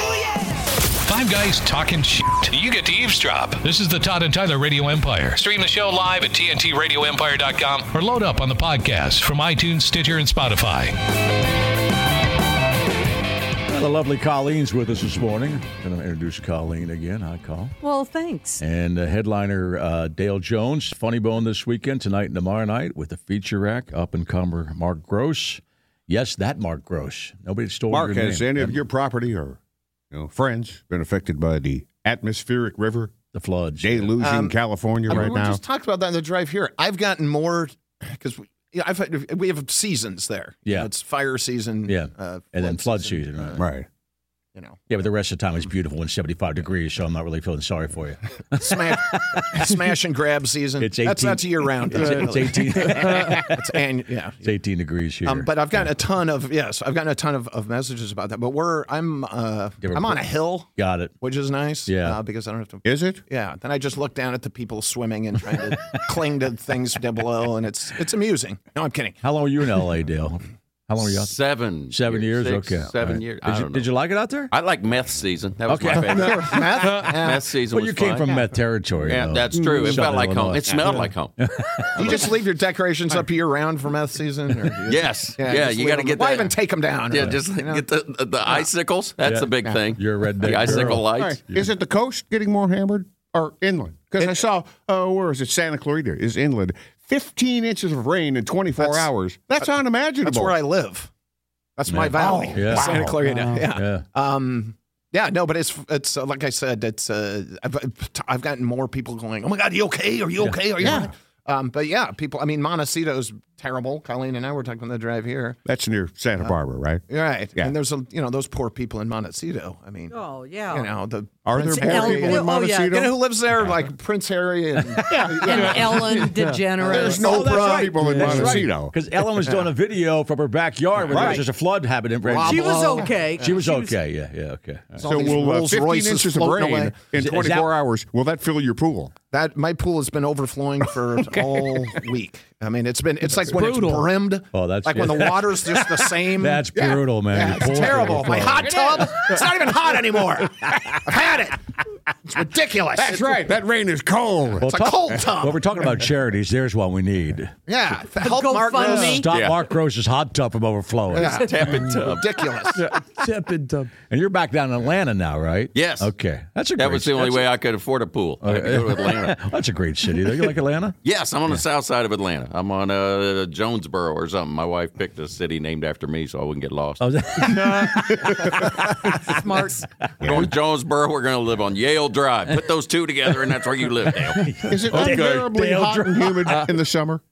Five guys talking shit. You get to eavesdrop. This is the Todd and Tyler Radio Empire. Stream the show live at TNTRadioEmpire.com or load up on the podcast from iTunes, Stitcher, and Spotify. Well, the lovely Colleen's with us this morning. Going to introduce Colleen again. Hi, Col. Well, thanks. And uh, headliner uh, Dale Jones, Funny Bone this weekend, tonight and tomorrow night, with a feature act, up and comer Mark Gross. Yes, that Mark Gross. Nobody stole Mark, your name. has any of your property or you know, friends been affected by the atmospheric river the floods. deluge in California Um, I mean, right we now? just talked about that in the drive here. I've gotten more because we, you know, I've had, we have seasons there. You Yeah. know, it's fire season. Yeah. uh, And then flood season, right. right. You know, Yeah, but the rest of the time it's beautiful and 75 degrees, so I'm not really feeling sorry for you. smash, smash and grab season. It's That's 18 that's year round. It's, it's 18, That's annu- yeah. it's 18 degrees here. Um, but I've gotten a ton of yes, I've gotten a ton of, of messages about that. But we're I'm uh, Give her I'm a on a break. hill, Got it. which is nice. Yeah. uh, because I don't have to. Is it? Yeah. Then I just look down at the people swimming and trying to cling to things down below, and it's it's amusing. No, I'm kidding. How long were you in L.A., Dale? How long were you out there? Seven. Seven years? Six, okay. Seven All right. years. Did I you, don't know. did you like it out there? I like meth season. That was my Okay. favorite. Meth? Yeah. meth season Well, was you came fun. from meth territory. Yeah, though. that's true. It felt Southern like home. Illinois. It smelled like home. Do you just leave your decorations up year round for meth season? Or do you- Yes. Yeah, just you leave gotta them- get Why that- even take them down? Yeah, just You know? get the, the, the icicles. That's Yeah. the big thing. You're a redneck The icicle girl. All right. lights. Is it the coast getting more hammered or inland? Because I saw, uh, where is it? Santa Clarita is inland. 15 inches of rain in 24 That's- hours. That's unimaginable. that's where I live. That's my valley, Oh, Yeah. Santa Wow. Clarita. Yeah. Yeah. Um, yeah, no, but it's it's uh, like I said, it's uh, I've I've gotten more people going. Oh my God, you okay? Are you okay? Are you? all right?" Um, but yeah, people. I mean, Montecito's terrible. Colleen and I were talking on the drive here. That's near Uh, Santa Barbara, right? You're right. Yeah. And there's a you know those poor people in Montecito. I mean, Oh, yeah. you know the Are there Prince more Harry people and- Oh, in yeah. Montecito? You know who lives there? Like Prince Harry and And Ellen DeGeneres. There's no There are problem. people in Montecito. Because Ellen was doing a video from her backyard where there was Right. just a flood happening. She She, was Pablo. okay. she was okay. Yeah, yeah, okay. All right. all So these will uh, Rolls 15 Royces inches of floating rain away. in Is- is 24 hours, will that fill your pool? That my pool has been overflowing for all week. I mean, it's been it's like when it's brimmed. Oh, that's- like when the water's just the same. That's Mm, Yeah. brutal, man. Yeah, Your it's pool's terrible. My overflowing. hot tub, it's not even hot anymore. I've had it. It's ridiculous. That's right. That rain is cold. Well, a cold tub. Well, we're talking about charities. There's one we need. Yeah, help GoFundMe. Mark. Gross. Stop Yeah. Mark Gross's hot tub from overflowing. Yeah. Tepid tub. Ridiculous. And you're back down in Atlanta now, right? Yes. Okay. That's a great That was the only way I could afford a pool. I had to go to Atlanta. That's a great city. though. You like Atlanta? Yes, I'm on the south side of Atlanta. I'm on uh, Jonesboro or something. My wife picked a city named after me so I wouldn't get lost. Oh, smart. We're going to Jonesboro. We're going to live on Yale Drive. Put those two together, and that's where you live now. Is it Okay. unbearably Dale hot and humid Uh, in the summer?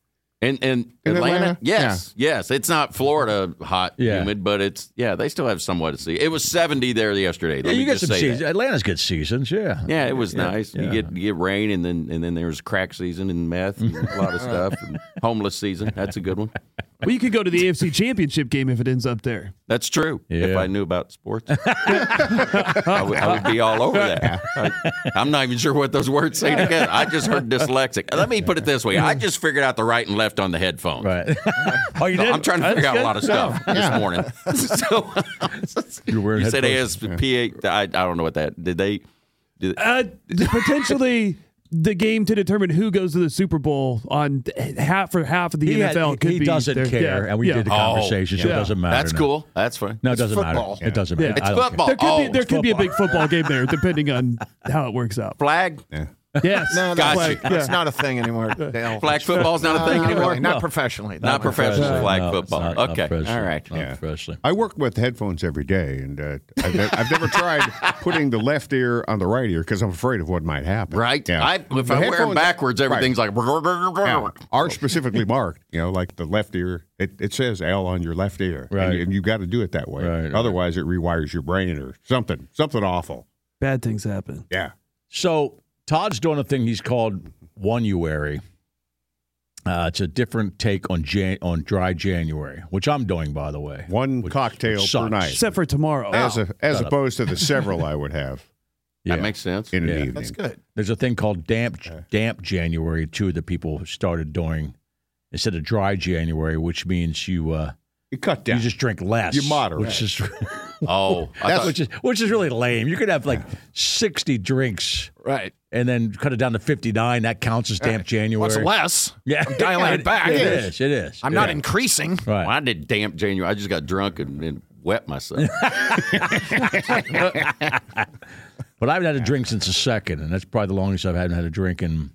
In, in, In Atlanta? Atlanta? Yes. Yes. It's not Florida hot, Yeah. humid, but it's, yeah, they still have somewhat to see. It was 70 there yesterday. Let yeah, me you get just some say that. seasons. Atlanta's good seasons, yeah. Yeah, it was Yeah, nice. yeah. You get you get rain, and then and then there was crack season and meth, and a lot of stuff. And homeless season. That's a good one. Well, you could go to the AFC Championship game if it ends up there. That's true. If Yeah. I knew about sports, I would- I would be all over that. I, am not even sure what those words say together. I just heard dyslexic. Let me put it this way: I just figured out the right and left on the headphones. Right. oh, you So did? I'm trying to figure out a lot of stuff this morning. so You're wearing you said headphones. ASP. I, I don't know what that did. They did, Uh, potentially the game to determine who goes to the Super Bowl on half for half of the He, had- NFL could he be doesn't there. care, Yeah, and we yeah. did the Oh, conversation, so it yeah. doesn't matter. that's now. cool. That's fine. No, it doesn't football. matter. It doesn't Yeah. matter. It's I don't care. football. There could Oh, be there could be a football. big football game there, depending on how it works out. flag. Yes. No, that's Got like, you. that's not a thing anymore, Dale. Flag football's not a No, thing not anymore. really. Not professionally. No. Not professional No, flag it's football. not- not okay. professional. All right. Not Yeah. professionally. I work with headphones every day, and uh, I've, ne- I've never tried putting the left ear on the right ear because I'm afraid of what might happen. Right. Yeah. I, if The I wear them headphones- backwards, Right. everything's like. Yeah. Are specifically marked, you know, like the left ear. It, it says L on your left ear, and, Right. you- and you got to do it that way. Right, right. Otherwise, it rewires your brain or something, something awful. Bad things happen. Yeah. So Todd's doing a thing he's called Oneuary. Uh, it's a different take on Jan- on dry January, which I'm doing by the way. One Which cocktail per sucks. night, Except for tomorrow. Oh, as a, as opposed to the several I would have Yeah. That makes sense. in an Yeah. evening. That's good. There's a thing called damp damp January too that people started doing instead of dry January, which means you uh, You cut you down. just drink less. You moderate. which is Oh, I That's thought- which is which is really lame. You could have like 60 drinks Right. and then cut it down to 59. That counts as damp January. What's less? Yeah, I'm dialing it back. It is. It is. I'm Yeah. not increasing. Right. well, I did damp January. I just got drunk and, and wet myself. But I haven't had a drink since the second, and that's probably the longest I've hadn't had a drink in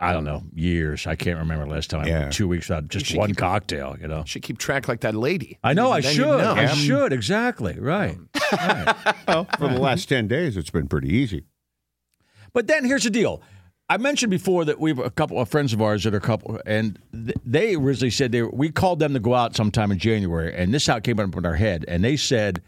I don't know years. I can't remember last time. Yeah. Two weeks without just one cocktail. You know. Should keep track like that lady. I know. I Then should. you know. I should. Exactly. Right. For the last 10 days, it's been pretty easy. But then here's the deal. I mentioned before that we have a couple of friends of ours that are a couple, and th- they originally said they we called them to go out sometime in January, and this is how it came up in our head. And they said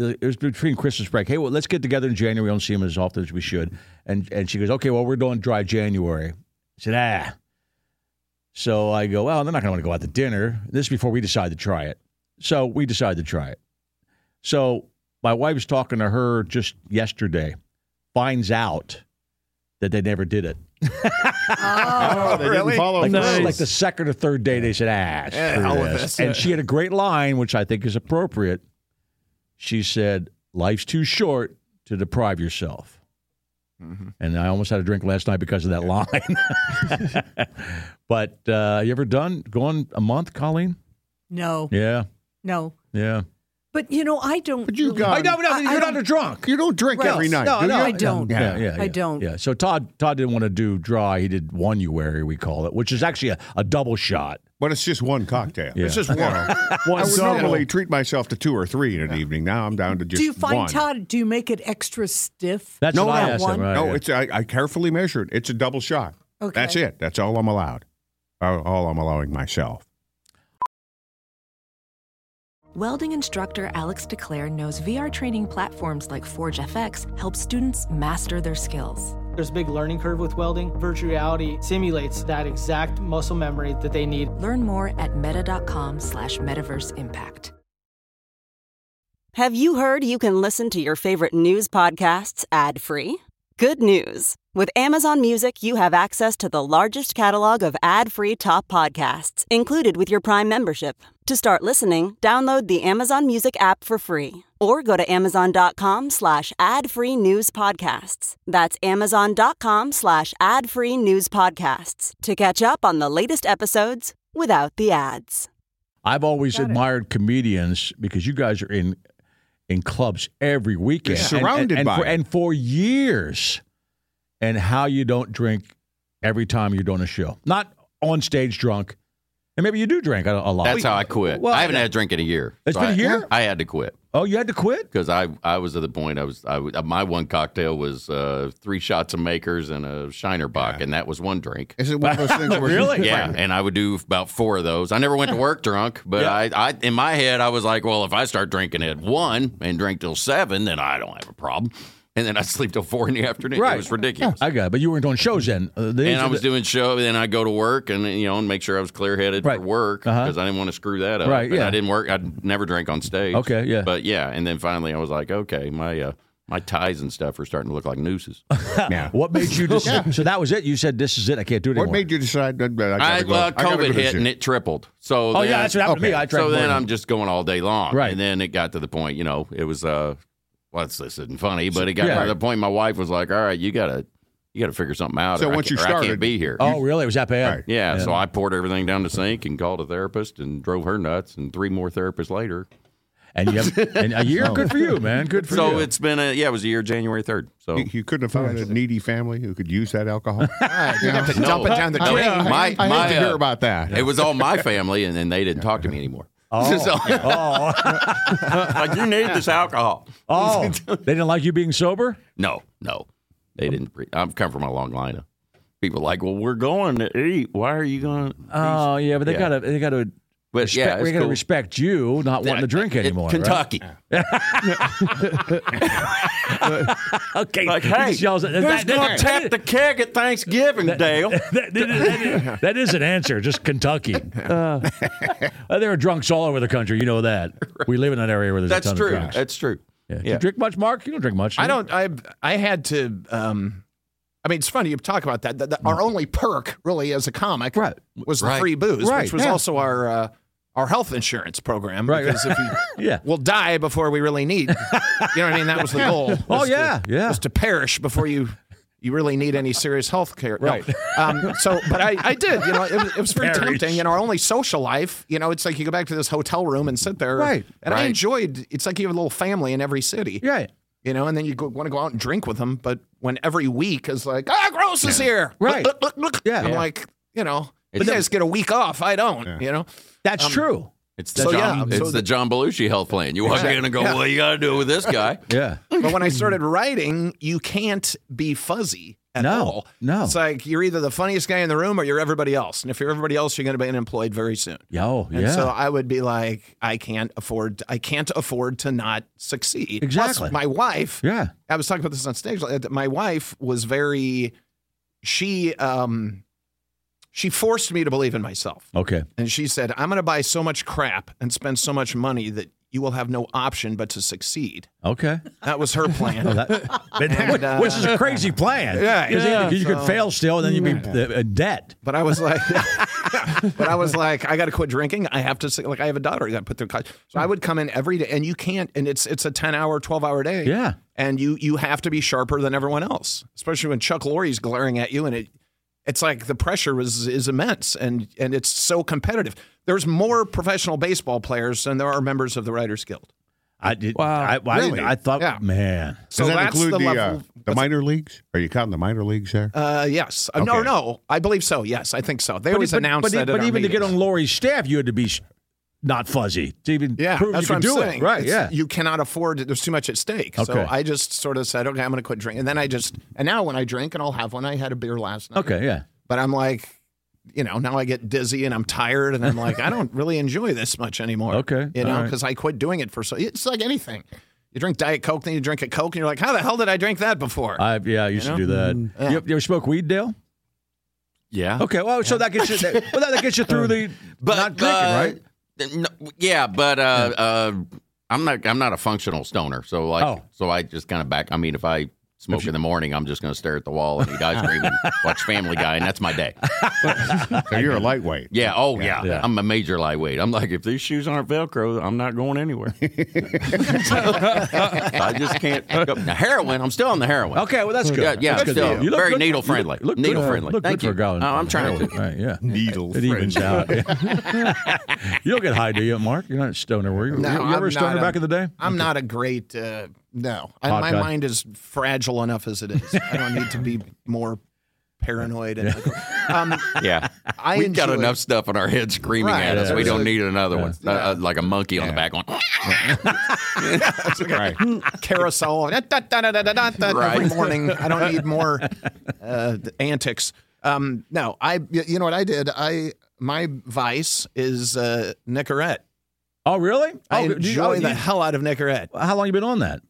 uh, it was between Christmas break. Hey, well, let's get together in January. We don't see them as often as we should. And and she goes, okay, well, we're doing dry January. I said, ah. So I go, well, they're not going to want to go out to dinner. This is before we decide to try it. So we decided to try it. So my wife was talking to her just yesterday, finds out that they never did it. Oh, they didn't follow Like, through. like the second or third day, they said, ah, Yeah, screw all of this." this. And she had a great line, which I think is appropriate. She said, life's too short to deprive yourself. Mm-hmm. And I almost had a drink last night because of that line. but uh, you ever done going a month, Colleen? No, Yeah, no. yeah. But you know, I don't. But you really- got- I know, no, I- I you're not don't- a drunk. You don't drink Right. every night, No, do Oh, no, you? I don't. Yeah, yeah, I yeah. don't. Yeah. So Todd Todd didn't want to do dry. He did one Uary, we call it, which is actually a, a double shot. But it's just one cocktail. Yeah. It's just one. I One would double. normally treat myself to two or three in an evening. Now I'm down to just Do you find one. Todd? Do you make it extra stiff? That's No, what I no, asked him, one. right, No, yeah. it's I, I carefully measured. It's a double shot. Okay. That's it. That's all I'm allowed. All all I'm allowing myself. Welding instructor Alex DeClaire knows VR training platforms like Forge FX help students master their skills. There's a big learning curve with welding. Virtual reality simulates that exact muscle memory that they need. Learn more at meta.com slash metaverse impact. Have you heard you can listen to your favorite news podcasts ad free? Good news! With Amazon Music, you have access to the largest catalog of ad free top podcasts included with your Prime membership. To start listening, download the Amazon Music app for free or go to amazon.com slash ad free news podcasts. That's amazon.com slash ad free news podcasts to catch up on the latest episodes without the ads. I've always admired comedians because you guys are in in clubs every weekend, You're And- and, surrounded and by for, it. and for years, and how you don't drink every time you're doing a show, not on stage drunk, and maybe you do drink a, a lot. That's how I quit. Oh. Well, I haven't had a drink in a year. It's So been I- a year? I had to quit Oh, you had to quit. because I, I was at the point I was I was- my one cocktail was uh, three shots of Makers and a Shiner Bock, and that was one drink. Is it one of those things where Really? Yeah, and I would do about four of those. I never went to work drunk, but I, I in my head I was like, well, if I start drinking at one and drink till seven, then I don't have a problem. And then I sleep till four in the afternoon. Right. It was ridiculous. I got, it. but you weren't doing shows then. Uh, these and I are was the- doing show, then I go to work and you know and make sure I was clear headed Right. for work Uh-huh. because I didn't want to screw that up. Right, And yeah. I didn't work. I never drank on stage. Okay, yeah. But yeah, and then finally I was like, okay, my uh, my ties and stuff are starting to look like nooses. Yeah. What made you decide? So that was it. You said this is it. I can't do it What anymore. made you decide that that I gotta I, go? well, I gotta go COVID to the hit zoo? and it tripled. So oh then, yeah, that's what happened to me. okay. I tried. so more then than- I'm just going all day long. Right. And then it got to the point, you know, it was uh, well, this this isn't funny, but it got Yeah. to the point. My wife was like, all right, you gotta you gotta figure something out. So or I once can't- you or I started- can't be here. Oh really? It was that bad. Right. Yeah, so I poured everything down the sink and called a therapist and drove her nuts. And three more therapists later, and you have and a year. Good for you, man. Good for so you. it's been a yeah, it was a year January third. So You, you couldn't have found a needy family who could use that alcohol. You'd have to dump it down the I- drain. I- I hate to hear uh, about that. It was all my family, and then they didn't talk to me anymore. Oh. So- like you need this alcohol. Oh, they didn't like you being sober. No, no, they didn't. Pre- I've come from a long line of people like, well, we're going to eat. Why are you going? to Oh yeah, but they Yeah. gotta they gotta But respect, yeah, we it's gotta cool. respect you not wanting to drink anymore. right? Kentucky. Okay, Like, he just hey, yells at- who's that- that- going to tap the keg at Thanksgiving, Dale? that, that- that- that is an answer. Just Kentucky. Uh, there are drunks all over the country. You know that. We live in an area where there's a That's ton true. of drunks. That's true. Yeah. Do yeah. You drink much, Mark? You don't drink much. do I you? don't. I I had to. Um, I mean, it's funny you talk about that. that, that Our only perk, really, as a comic, was the Right. free booze, Mm. Right, which was yeah. also our uh, our health insurance program. Right. Because if you Yeah. will die before we really need, you know what I mean. That was the goal. Oh, was to- yeah, yeah. Was to perish before you. You really need any serious health care, No. Right. Um, so, but I, I did. You know, it, was- it was very Perish. tempting. And our only social life, you know, it's like you go back to this hotel room and sit there. Right, And I right. enjoyed. It's like you have a little family in every city Right. you know, and then you go, want to go out and drink with them, but when every week is like, ah, gross is here, Right. Look, look, look, look. Yeah. I'm Yeah. like, you know, It's- you guys get a week off, I don't, you know. That's Um, true. It's the So, John. yeah, it's so the the- John Belushi health plan. You walk in and go, Yeah. "Well, you got to do it with this guy." Yeah. But when I started writing, you can't be fuzzy at No, all. no. it's like you're either the funniest guy in the room or you're everybody else, and if you're everybody else, you're going to be unemployed very soon. Yo. And Oh, Yeah. so I would be like, I can't afford, I can't afford to not succeed. Exactly. Plus, my wife, yeah. I was talking about this on stage. like, that My wife was very, she, um, she forced me to believe in myself, Okay. and she said, "I'm going to buy so much crap and spend so much money that you will have no option but to succeed." Okay. That was her plan. That, but And, uh, which is a crazy plan. Yeah, 'Cause yeah. You, you could So- fail still, and then you'd be uh, in debt. But I was like, but I was like, I got to quit drinking. I have to say, like, I have a daughter. I got to put through college. So I would come in every day, and you can't. And it's it's a ten hour, twelve hour day. Yeah. and you you have to be sharper than everyone else, especially when Chuck Lorre's glaring at you, and it it's like the pressure is is immense, and and it's so competitive. There's more professional baseball players than there are members of the Writers Guild. I did. Wow. I, I, Really? I thought, Yeah. man. So Does that that's include the the, level. uh, the minor leagues? Are you counting the minor leagues there? uh, yes. Uh, No, Okay. no. I believe so. Yes, I think so. They always announce but, e, that. but at our even to get meetings. on Lori's staff, you had to be sh- not fuzzy to even Yeah, prove that's you what I'm could do saying. it. Right? It's- yeah. you cannot afford it. There's too much at stake. Okay. So I just sort of said, okay, I'm going to quit drinking. And then I just, and now when I drink, and I'll have one. I had a beer last night. okay. Yeah. But I'm like, you know, now I get dizzy and I'm tired, and I'm like, I don't really enjoy this much anymore. Okay, you all know, right. because I quit doing it for so. It's like anything. You drink Diet Coke, then you drink a Coke, and you're like, how the hell did I drink that before? I yeah. I used know? Mm, to do that. Yeah. You, you ever smoke weed, Dale? Yeah. Okay. Well, so that gets you. That, well, that gets you through the But not drinking, uh, right? no- yeah, but uh, uh, I'm not. I'm not a functional stoner. So like, Oh. so I just kind of back. I mean, if I smoke in the morning, I'm just going to stare at the wall and eat ice cream and watch Family Guy, and that's my day. So you're a lightweight. Yeah. Oh yeah. Yeah. I'm a major lightweight. I'm like, if these shoes aren't Velcro, I'm not going anywhere. I just can't. Go. Now heroin. I'm still on the heroin. Okay. Well, that's good. Yeah, yeah, That's good. still You look very good- needle you look- friendly. Look, needle good, uh, friendly. look Thank good you. for a guy on- Oh, I'm trying to. Right, yeah. Needle. It evens out. you don't get high, do you, Mark? You're not a stoner, were you? No, you, you I'm ever a stoner not a- back in the day? I'm not a great. Uh, no, I, Hot my guy. mind is fragile enough as it is. I don't need to be more paranoid. And um, Yeah. I We've got enjoy- enough stuff in our head screaming Right. at us. Yeah. we don't Yeah. need another one. Uh, uh, like a monkey on the back one. Right. carousel da, da, da, da, da, da, da, every Right. morning. I don't need more uh, antics. Um, no, I. You know what I did? I my vice is uh, Nicorette. Oh, really? I oh, you- enjoy oh, the you- hell out of Nicorette. How long you been on that?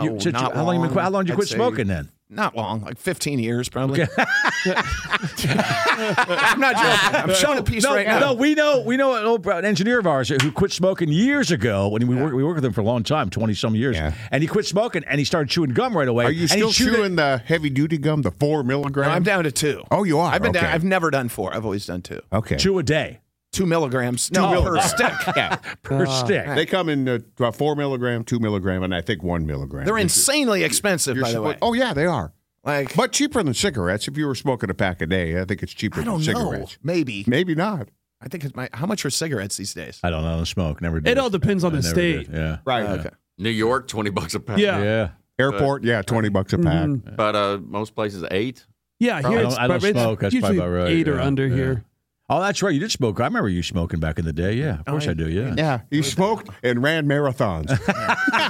You- Oh, since you- not how long you been? qu- long. How long did you I'd quit say- smoking then? Not long, like 15 years probably. I'm not joking. I'm showing a piece no, right now. no, we know we know an old an engineer of ours who quit smoking years ago. When we worked, we worked with him for a long time, twenty some years, Yeah. and he quit smoking and he started chewing gum right away. Are you And he still chewed it- chewing the heavy duty gum, the four milligram? No, I'm down to two. Oh, you are? I've been down. Okay. I've never done four. I've always done two. Okay. chew a day Oh, Two milligrams. No, Oh, per stick. Yeah. per stick? They come in uh, about four milligram, two milligram, and I think one milligram. They're You're- insanely expensive, you're by the suppo- way. Oh yeah, they are. like But cheaper than cigarettes. If you were smoking a pack a day, I think it's cheaper I don't than cigarettes. know. Maybe. Maybe not. I think it's my. How much are cigarettes these days? I don't know. I don't smoke. Never did. It all depends on I the never state. did. Yeah. Right. Yeah. Okay. New York, twenty bucks a pack. Yeah. Yeah. Airport, yeah, twenty bucks a pack. But uh, most places eight. Yeah, Oh, I here don't, it's I don't probably- it's smoke. That's usually probably about right. eight or yeah, under yeah. here. Oh, that's right. You did smoke. I remember you smoking back in the day. Yeah, of course I, do. Yeah. Yeah, he smoked and ran marathons.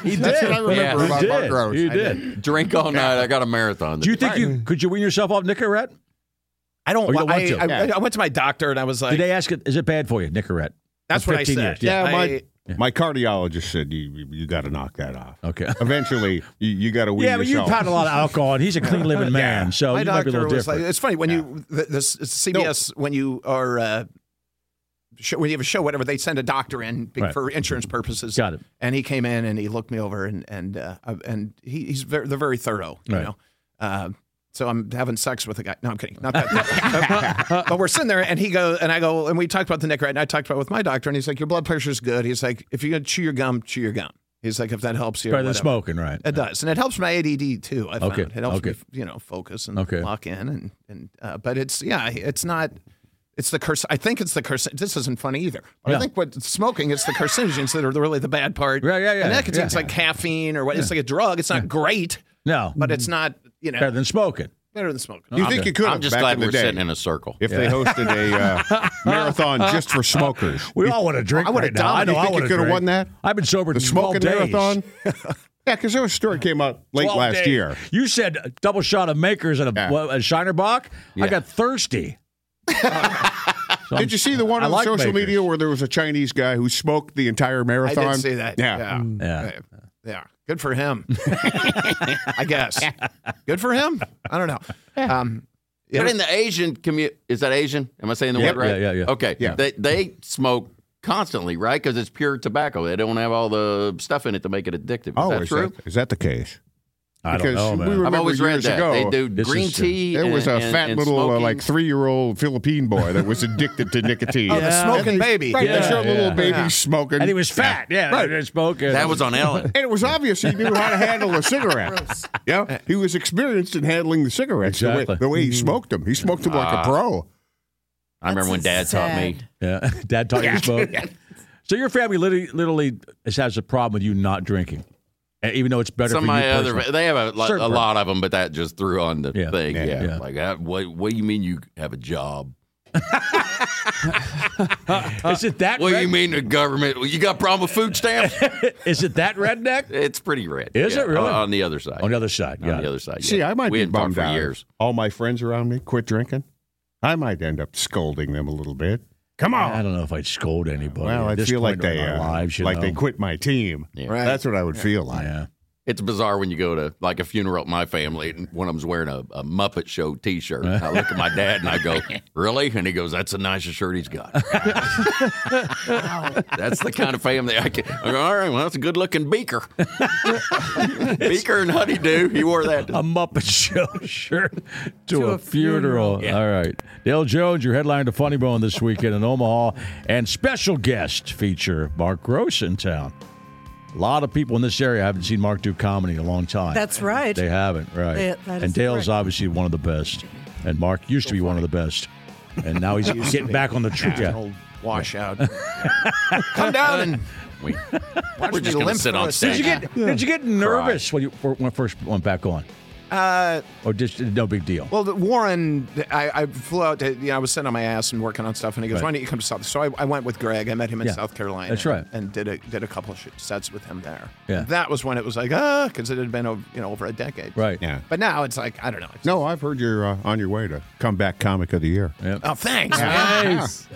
he did. That's what I remember Yeah. about You Mark did. Rhodes. You I did. Drink all night. I got a marathon. Do you think you could you wean yourself off Nicorette? I don't. Oh, you don't I, want to. I, Yeah. I went to my doctor and I was like, Did they ask it? Is it bad for you, Nicorette? That's For what I 15 said. years, Yeah, I- my, my cardiologist said you you, you got to knock that off. Okay. Eventually, you, you got to wean Yeah, but you yourself. pound a lot of alcohol, and he's a clean living man, so my you might be a doctor little was like, different. it's funny when you the, the s- CBS when you are uh, show, when you have a show whatever they send a doctor in be- Right. for insurance purposes. Got it. And he came in and he looked me over and and uh, I- and he, he's very, they're very thorough. You Right. know. Uh, so I'm having sex with a guy. No, I'm kidding. Not that. but we're sitting there, and he goes, and I go, and we talked about the Nicorette, and I talked about it with my doctor, and he's like, "Your blood pressure's good." He's like, "If you're gonna chew your gum, chew your gum." He's like, "If that helps you." or Better than whatever." smoking, right? It does, and it helps my ADD too. I found Okay, it helps okay. me, you know, focus and Okay. lock in, and and uh, but it's yeah, it's not. It's the curse. I think it's the curse. This isn't funny either. But Yeah. I think what smoking is the carcinogens that are really the bad part. Yeah, yeah, yeah, And nicotine's yeah. like caffeine or what? It's like a drug. It's not great, No, but it's not you know Mm. better than smoking. better than smoking. You think you could? I'm just glad we're sitting in a circle. If they hosted a uh, marathon just for smokers, We all want to drink I would've right now. I done know it. You I think you would have could've won that? I've been sober the 12 smoking days. marathon. yeah, because there was a story came out late 12 last days. year. You said a double shot of Makers and a, Yeah. what, a Shiner Bock. I got thirsty. So I'm- Did you see the one I on like social Makers. media where there was a Chinese guy who smoked the entire I marathon? did see that. Yeah. Yeah. Yeah. Mm. Yeah. Good for him. I guess. Good for him. I don't know. Um, But in the Asian community, is that Asian? Am I saying the Yep. word right? Yeah, yeah, yeah. Okay. Yeah. They they smoke constantly, right? Because it's pure tobacco. They don't have all the stuff in it to make it addictive. Is Oh, that is true? that- is that the case? I don't because know, man. we were- I've remember always read years that ago, they do this green is, uh, tea. There was a and- fat and little uh, smoking. like three year old Philippine boy that was addicted to nicotine. Oh, the Yeah. smoking And they- baby. Right, Yeah, they showed little yeah. baby Yeah. smoking. and he was fat. Yeah, Right. and smoking. that was on Ellen. And it was obvious he knew how to handle a cigarette. yeah, he was experienced in handling the cigarettes. The, Exactly. Mm-hmm. Ah. way, the way he smoked them, he smoked them like a pro. I remember when Dad That's taught me. sad. Yeah, Dad taught you to smoke. So your family literally, literally has a problem with you not drinking, and even though it's better Some of for you my other, personally. they have a, lo- Sure. a lot of them, but that just threw on the Yeah. thing. Yeah. Yeah, Yeah. like uh, what? What do you mean you have a job? Is it that? What do red- you mean the government? You got a problem with food stamps? Is it that redneck? it's pretty red. Is it really? on, on the other side? on the other side, On yeah. the other side. See, yeah. I might we be hadn't talked bummed for out. years. All my friends around me quit drinking. I might end up scolding them a little bit. Come on. I don't know if I'd scold anybody. Oh. well, at I this feel like point in they our uh, lives, you like they know. quit my team. Right. That's what I would feel like. Yeah, It's bizarre when you go to like a funeral at my family and one of them's wearing a, a Muppet Show T-shirt. And I look at my dad and I go, "Really?" And he goes, "That's the nicest shirt he's got." that's the kind of family I can. I go, All right, well, that's a good-looking Beaker. Beaker and Honeydew. He wore that. a Muppet Show shirt to, a, funeral. All right, Dale Jones, your headline to Funny Bone this weekend in Omaha, and special guest feature Mark Gross in town. A lot of people in this area haven't seen Mark do comedy in a long time. That's right. They haven't, right? They- that and is Dale's correct. obviously one of the best, and Mark used to be one of the best, and now he's getting back on the track. yeah. Yeah. old washout. Come down and We, watch We're me just gonna limp sit for on a stage. Did you second. get Did you get nervous when you when I first went back on, Uh, or just no big deal? well, the- Warren, I, I flew out. To, you know, I was sitting on my ass and working on stuff, and he goes, Right. "Why don't you come to South?" So I, I went with Greg. I met him in Yeah, South Carolina. that's right. And did a did a couple of sh- sets with him there. Yeah. That was when it was like ah, because it had been over, you know over a decade. right. Yeah. But now it's like I don't know. It's- No, I've heard you're uh, on your way to comeback comic of the year. Oh, thanks. Nice.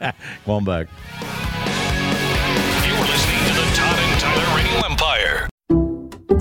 Come on back. You're listening to the Todd and Tyler Radio Empire.